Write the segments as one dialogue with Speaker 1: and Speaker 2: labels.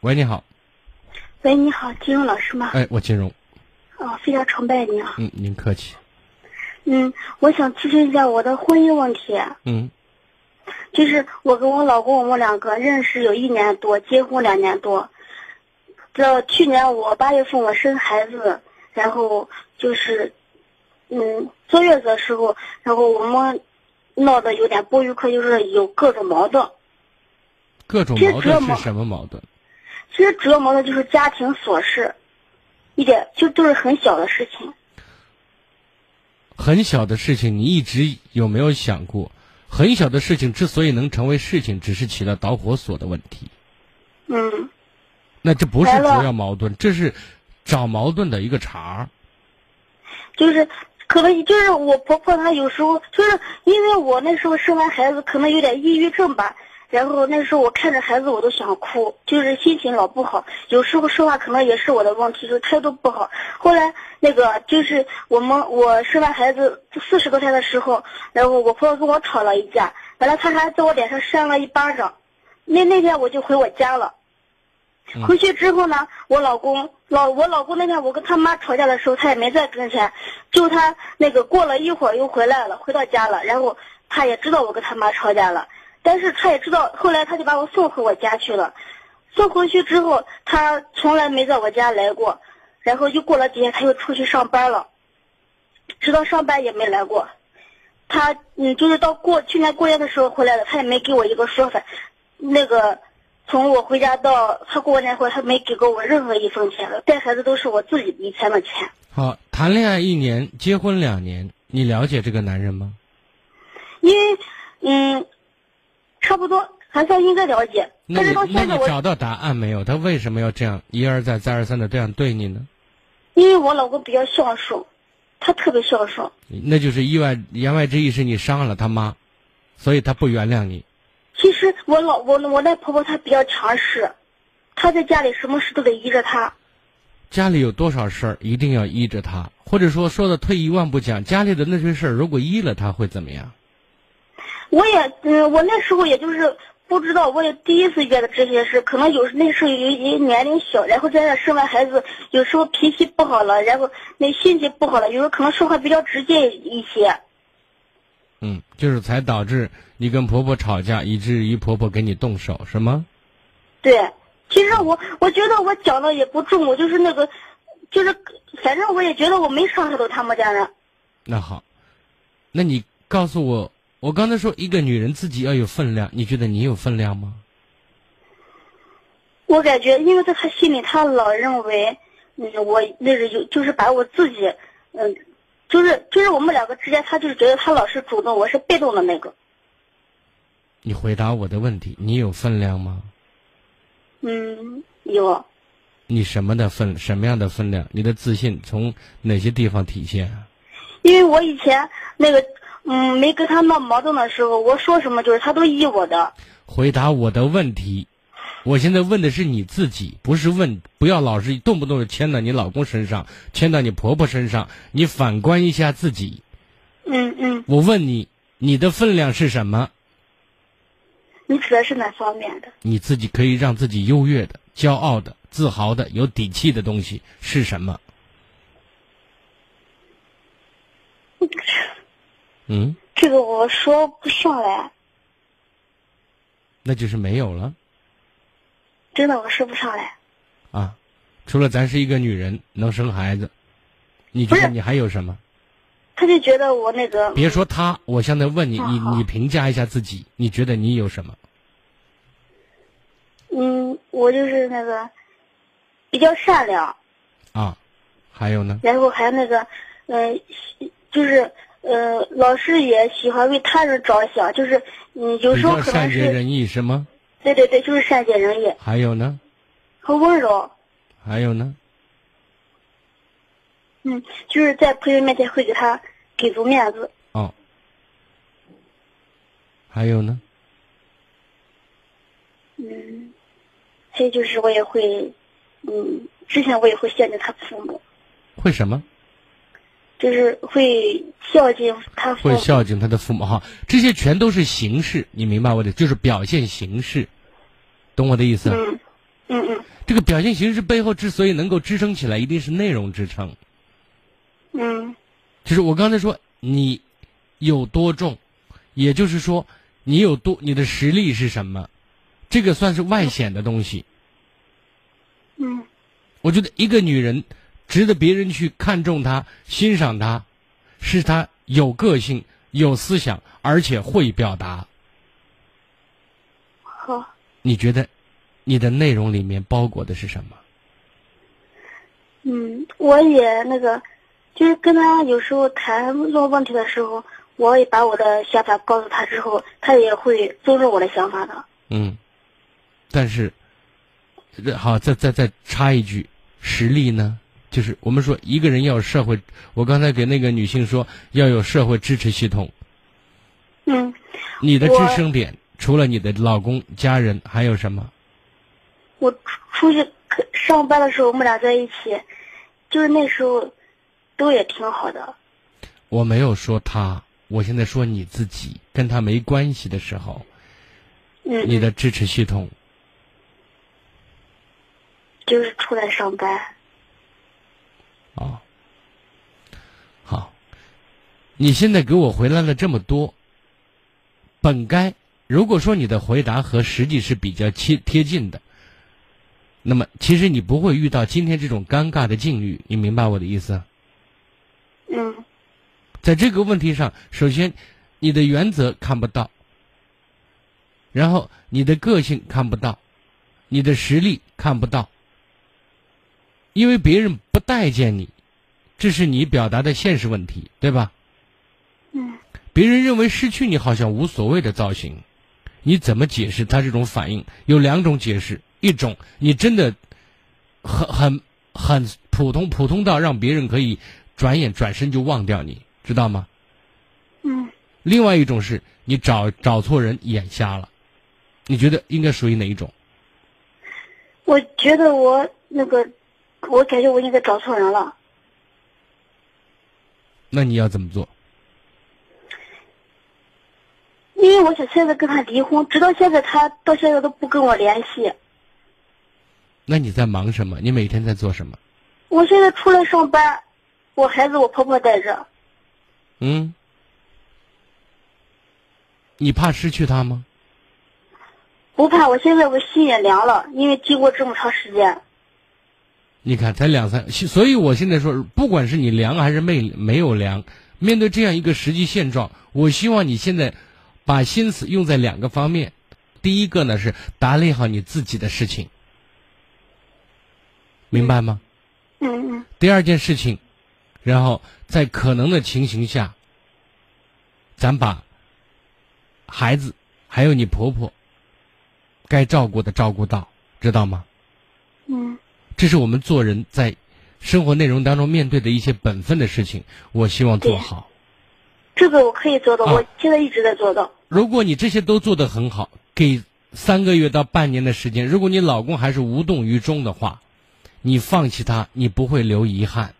Speaker 1: 喂，你好，
Speaker 2: 喂，你好，金融老师吗？
Speaker 1: 哎，我金融，
Speaker 2: 哦，非常崇拜你啊。
Speaker 1: 嗯，您客气，
Speaker 2: 嗯，我想咨询一下我的婚姻问题。
Speaker 1: 嗯
Speaker 2: 就是我跟我老公，我们两个认识有一年多，结婚两年多。这去年我八月份我生孩子，然后就是，嗯，坐月子的时候，然后我们闹得有点不愉快，就是有各种矛盾。
Speaker 1: 各种
Speaker 2: 这
Speaker 1: 矛
Speaker 2: 折
Speaker 1: 盾
Speaker 2: 磨
Speaker 1: 是什么矛盾？
Speaker 2: 其实折磨的就是家庭琐事，一点就都是很小的事情。
Speaker 1: 很小的事情，你一直有没有想过？很小的事情之所以能成为事情，只是起了导火索的问题。
Speaker 2: 嗯，
Speaker 1: 那这不是
Speaker 2: 来
Speaker 1: 主
Speaker 2: 了
Speaker 1: 要矛盾，这是找矛盾的一个茬儿。
Speaker 2: 就是可能就是我婆婆她有时候就是因为我那时候生完孩子可能有点抑郁症吧，然后那时候我看着孩子我都想哭，就是心情老不好，有时候说话可能也是我的问题，就是态度不好。后来那个就是我们我生完孩子四十多天的时候，然后我婆婆跟我吵了一架，完了她还在我脸上扇了一巴掌，那那天我就回我家了。
Speaker 1: 嗯
Speaker 2: 回去之后呢，我老公老我老公那天我跟他妈吵架的时候，他也没在跟前，就他那个过了一会儿又回来了，回到家了，然后他也知道我跟他妈吵架了，但是他也知道，后来他就把我送回我家去了，送回去之后，他从来没在我家来过，然后又过了几天，他又出去上班了，直到上班也没来过，他嗯，就是到过去年过年的时候回来的，他也没给我一个说法，那个。从我回家到他过年回来，他没给过我任何一分钱，带孩子都是我自己以前的钱。
Speaker 1: 好，谈恋爱一年，结婚两年，你了解这个男人吗？
Speaker 2: 因为，嗯，差不多还算应该了解。
Speaker 1: 那
Speaker 2: 但
Speaker 1: 你
Speaker 2: 是到
Speaker 1: 那
Speaker 2: 现在
Speaker 1: 你
Speaker 2: 我，
Speaker 1: 找到答案没有？他为什么要这样一而再再而三的这样对你呢？
Speaker 2: 因为我老公比较孝顺，他特别孝顺。
Speaker 1: 那就是意外，言外之意是你伤害了他妈，所以他不原谅你。
Speaker 2: 其实我老我我那婆婆她比较强势，她在家里什么事都得依着她。
Speaker 1: 家里有多少事儿，一定要依着他，或者说说的退一万步讲，家里的那些事儿如果依了他会怎么样？
Speaker 2: 我也，嗯，我那时候也就是不知道，我也第一次遇到这些事，可能有时那时候也也年龄小，然后加上生完孩子，有时候脾气不好了，然后那心情不好了，有时候可能说话比较直接一些。
Speaker 1: 嗯，就是才导致你跟婆婆吵架，以至于婆婆给你动手，是吗？
Speaker 2: 对，其实我我觉得我讲的也不重，我就是那个，就是反正我也觉得我没伤害到他们家人。
Speaker 1: 那好，那你告诉我，我刚才说一个女人自己要有分量，你觉得你有分量吗？
Speaker 2: 我感觉，因为在他心里，他老认为，嗯，我那是有，就是把我自己，嗯，就是就是我们两个之间，他就是觉得他老是主动，我是被动的那个。
Speaker 1: 你回答我的问题，你有分量吗？
Speaker 2: 嗯，有，
Speaker 1: 你什么的分，什么样的分量？你的自信从哪些地方体现啊？
Speaker 2: 因为我以前那个，嗯，没跟他闹矛盾的时候，我说什么就是他都依我的。
Speaker 1: 回答我的问题，我现在问的是你自己，不是问不要老是动不动就牵到你老公身上，牵到你婆婆身上。你反观一下自己，
Speaker 2: 嗯嗯，
Speaker 1: 我问你，你的分量是什么？
Speaker 2: 你指的是哪方面的？
Speaker 1: 你自己可以让自己优越的、骄傲的、自豪的、有底气的东西是什么？嗯，
Speaker 2: 这个我说不上来，
Speaker 1: 那就是没有了
Speaker 2: 真的我说不上来。
Speaker 1: 啊。除了咱是一个女人，能生孩子，你觉
Speaker 2: 不
Speaker 1: 得
Speaker 2: 是
Speaker 1: 你还有什么？
Speaker 2: 他就觉得我那个，
Speaker 1: 别说他，我现在问你，你
Speaker 2: 好好
Speaker 1: 你评价一下自己，你觉得你有什么？
Speaker 2: 嗯，我就是那个比较善良，
Speaker 1: 啊，还有呢？
Speaker 2: 然后还那个，嗯、喜就是呃，老师也喜欢为他人着想，就是嗯，有
Speaker 1: 比
Speaker 2: 时候
Speaker 1: 较
Speaker 2: 可能
Speaker 1: 善解
Speaker 2: 是
Speaker 1: 人意是吗？
Speaker 2: 对对对，就是善解人意
Speaker 1: 还有呢？
Speaker 2: 和温柔，
Speaker 1: 还有呢？
Speaker 2: 嗯，就是在朋友面前会给他给足面子。
Speaker 1: 哦，还有呢？
Speaker 2: 嗯，还有就是我也会，嗯，之前我也会孝敬他父母，
Speaker 1: 会什么？
Speaker 2: 就是会孝敬他父
Speaker 1: 会
Speaker 2: 母。
Speaker 1: 孝敬他的父母哈，这些全都是形式，你明白我的，就是表现形式，懂我的意思？啊
Speaker 2: 嗯，嗯嗯
Speaker 1: 这个表现形式背后之所以能够支撑起来，一定是内容支撑。
Speaker 2: 嗯
Speaker 1: 就是我刚才说你有多重，也就是说你有多你的实力是什么，这个算是外显的东西。
Speaker 2: 嗯
Speaker 1: 我觉得一个女人值得别人去看重她、欣赏她，是她有个性、有思想，而且会表达。
Speaker 2: 好。
Speaker 1: 你觉得你的内容里面包裹的是什么？
Speaker 2: 嗯，我也那个，就是跟他有时候谈论问题的时候，我也把我的想法告诉他之后，他也会尊重我的想法的。
Speaker 1: 嗯，但是，这好，再再再插一句，实力呢？就是我们说一个人要有社会，我刚才给那个女性说要有社会支持系统，
Speaker 2: 嗯，
Speaker 1: 你的支
Speaker 2: 我
Speaker 1: 撑点除了你的老公、家人，还有什么？
Speaker 2: 我出出去可上班的时候，我们俩在一起，就是那时候都也挺好的。
Speaker 1: 我没有说他，我现在说你自己，跟他没关系的时候，
Speaker 2: 嗯，
Speaker 1: 你的支持系统，
Speaker 2: 就是出来上班。
Speaker 1: 啊，好，你现在给我回来了这么多，本该如果说你的回答和实际是比较贴贴近的，那么其实你不会遇到今天这种尴尬的境遇，你明白我的意思？啊
Speaker 2: 嗯
Speaker 1: 在这个问题上，首先你的原则看不到，然后你的个性看不到，你的实力看不到，因为别人不待见你，这是你表达的现实问题，对吧？
Speaker 2: 嗯
Speaker 1: 别人认为失去你好像无所谓的造型，你怎么解释他这种反应？有两种解释，一种你真的很很很普通，普通到让别人可以转眼转身就忘掉你，知道吗？
Speaker 2: 嗯
Speaker 1: 另外一种是你找找错人，眼瞎了。你觉得应该属于哪一种？
Speaker 2: 我觉得我那个，我感觉我应该找错人了。
Speaker 1: 那你要怎么做？
Speaker 2: 因为我想现在跟他离婚，直到现在他到现在都不跟我联系。
Speaker 1: 那你在忙什么？你每天在做什么？
Speaker 2: 我现在出来上班，我孩子我婆婆带着，
Speaker 1: 嗯？你怕失去他吗？
Speaker 2: 不怕。我现在我心也凉了，因为经过这么长时间，
Speaker 1: 你看，才两三，其所以我现在说，不管是你凉还是没没有凉，面对这样一个实际现状，我希望你现在把心思用在两个方面。第一个呢是打理好你自己的事情，明白吗？
Speaker 2: 嗯嗯
Speaker 1: 第二件事情，然后在可能的情形下，咱把孩子还有你婆婆该照顾的照顾到，知道吗？
Speaker 2: 嗯
Speaker 1: 这是我们做人在生活内容当中面对的一些本分的事情，我希望做好。
Speaker 2: 这个我可以做到，
Speaker 1: 啊
Speaker 2: 我现在一直在做到。
Speaker 1: 如果你这些都做得很好，给三个月到半年的时间，如果你老公还是无动于衷的话，你放弃他，你不会留遗憾。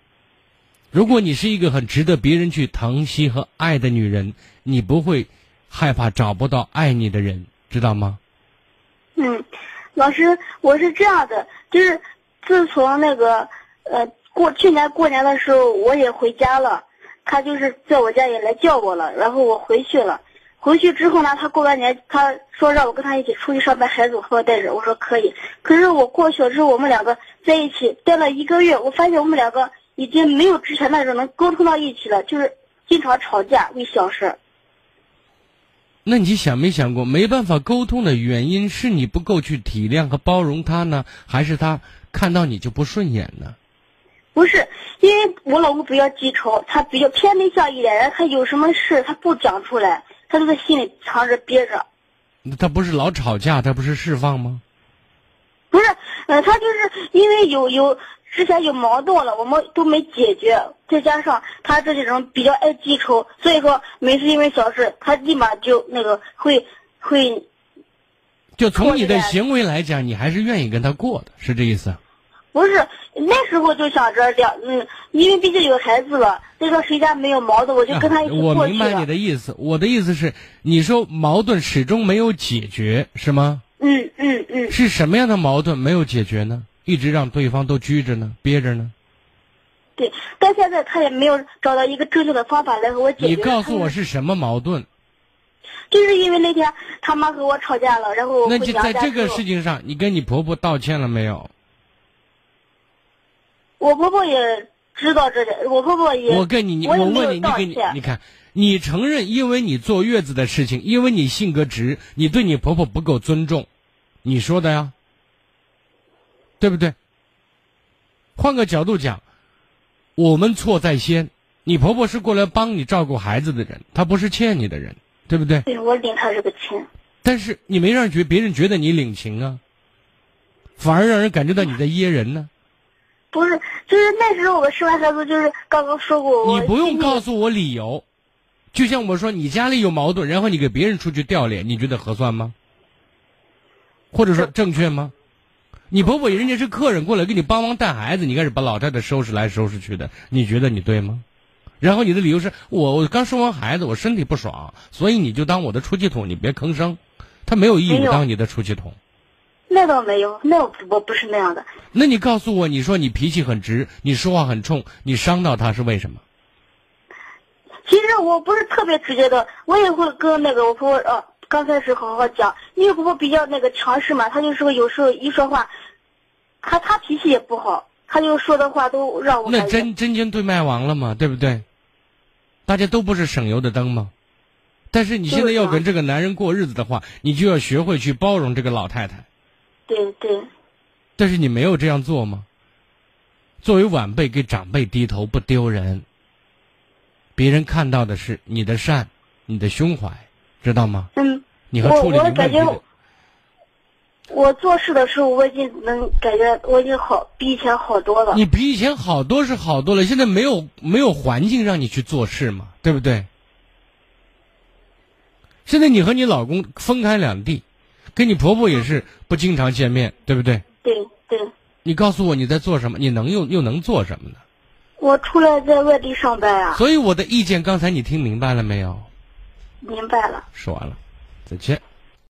Speaker 1: 如果你是一个很值得别人去疼惜和爱的女人，你不会害怕找不到爱你的人，知道吗？
Speaker 2: 嗯，老师，我是这样的，就是自从那个呃过去年过年的时候，我也回家了，他就是在我家也来叫我了，然后我回去了。回去之后呢，他过完年，他说让我跟他一起出去上班，孩子我和我带着，我说可以。可是我过去了之后，我们两个在一起待了一个月，我发现我们两个已经没有之前那种能沟通到一起了，就是经常吵架为小事儿。
Speaker 1: 那你想没想过，没办法沟通的原因是你不够去体谅和包容他呢，还是他看到你就不顺眼呢？
Speaker 2: 不是，因为我老公比较记仇，他比较偏内向一点，然后他有什么事他不讲出来，他就在心里藏着憋着。
Speaker 1: 那他不是老吵架，他不是释放吗？
Speaker 2: 不是，呃，他就是因为有有之前有矛盾了，我们都没解决，再加上他这几种比较爱记仇，所以说每次因为小事，他立马就那个会会
Speaker 1: 就从你的
Speaker 2: 过日子
Speaker 1: 行为来讲，你还是愿意跟他过的，是这意思？啊
Speaker 2: 不是那时候就想着两嗯，因为毕竟有孩子了，再说谁家没有矛盾，我就跟他一起
Speaker 1: 啊我
Speaker 2: 过去啊
Speaker 1: 明白
Speaker 2: 了。
Speaker 1: 你的意思，我的意思是，你说矛盾始终没有解决，是吗？
Speaker 2: 嗯嗯嗯，
Speaker 1: 是什么样的矛盾没有解决呢？一直让对方都拘着呢，憋着呢？
Speaker 2: 对。但现在他也没有找到一个正确的方法来和我解决。
Speaker 1: 你告诉我
Speaker 2: 他们，
Speaker 1: 是什么矛盾？
Speaker 2: 就是因为那天他妈和我吵架了，然后我
Speaker 1: 那
Speaker 2: 回
Speaker 1: 就
Speaker 2: 娘
Speaker 1: 在
Speaker 2: 家
Speaker 1: 这个
Speaker 2: 之后
Speaker 1: 事情上，你跟你婆婆道歉了没有？
Speaker 2: 我婆婆也知道这点，我婆婆也
Speaker 1: 我跟你，
Speaker 2: 我也
Speaker 1: 我
Speaker 2: 没有
Speaker 1: 问你，你
Speaker 2: 道
Speaker 1: 给你，
Speaker 2: 歉
Speaker 1: 你看，你承认因为你坐月子的事情，因为你性格直，你对你婆婆不够尊重，你说的呀，对不对？换个角度讲，我们错在先，你婆婆是过来帮你照顾孩子的人，她不是欠你的人，对不对？
Speaker 2: 对我领她这个亲，
Speaker 1: 但是你没让觉别人觉得你领情啊，反而让人感觉到你在噎人呢、
Speaker 2: 不是，就是那时候我生完孩子，就是刚刚说过我
Speaker 1: 你不用告
Speaker 2: 诉
Speaker 1: 诉我理由，就像我说你家里有矛盾，然后你给别人出去掉脸，你觉得合算吗？或者说正确吗？你婆婆人家是客人过来给你帮忙带孩子，你开始把老太太收拾来收拾去的，你觉得你对吗？然后你的理由是我我刚生完孩子，我身体不爽，所以你就当我的出气筒，你别吭声，她没有义务
Speaker 2: 没有
Speaker 1: 当你的出气筒。
Speaker 2: 那倒没有，那我不我不是那样的，
Speaker 1: 那你告诉我，你说你脾气很直，你说话很冲，你伤到她是为什么？
Speaker 2: 其实我不是特别直接的，我也会跟那个我婆婆呃刚开始好好讲，因为婆婆比较那个强势嘛，她就是有时候一说话，她她脾气也不好，她就说的话都让我
Speaker 1: 那
Speaker 2: 感觉
Speaker 1: 真真金对麦芒了嘛，对不对？大家都不是省油的灯嘛。但是你现在要跟这个男人过日子的话，你就要学会去包容这个老太太。
Speaker 2: 对对
Speaker 1: 但是你没有这样做吗？作为晚辈，给长辈低头不丢人。别人看到的是你的善，你的胸怀，知道吗？
Speaker 2: 嗯。
Speaker 1: 你和
Speaker 2: 我
Speaker 1: 处理你
Speaker 2: 我
Speaker 1: 问
Speaker 2: 感
Speaker 1: 题
Speaker 2: 觉
Speaker 1: 的
Speaker 2: 我做事的时候，我已经能感觉我已经好比以前好多了。
Speaker 1: 你比以前好多是好多了，现在没有没有环境让你去做事嘛，对不对？现在你和你老公分开两地，跟你婆婆也是不经常见面，对不对？
Speaker 2: 对对，
Speaker 1: 你告诉我你在做什么，你能又又能做什么呢？
Speaker 2: 我出来在外地上班啊，
Speaker 1: 所以我的意见刚才你听明白了没有？
Speaker 2: 明白了。
Speaker 1: 说完了，再见。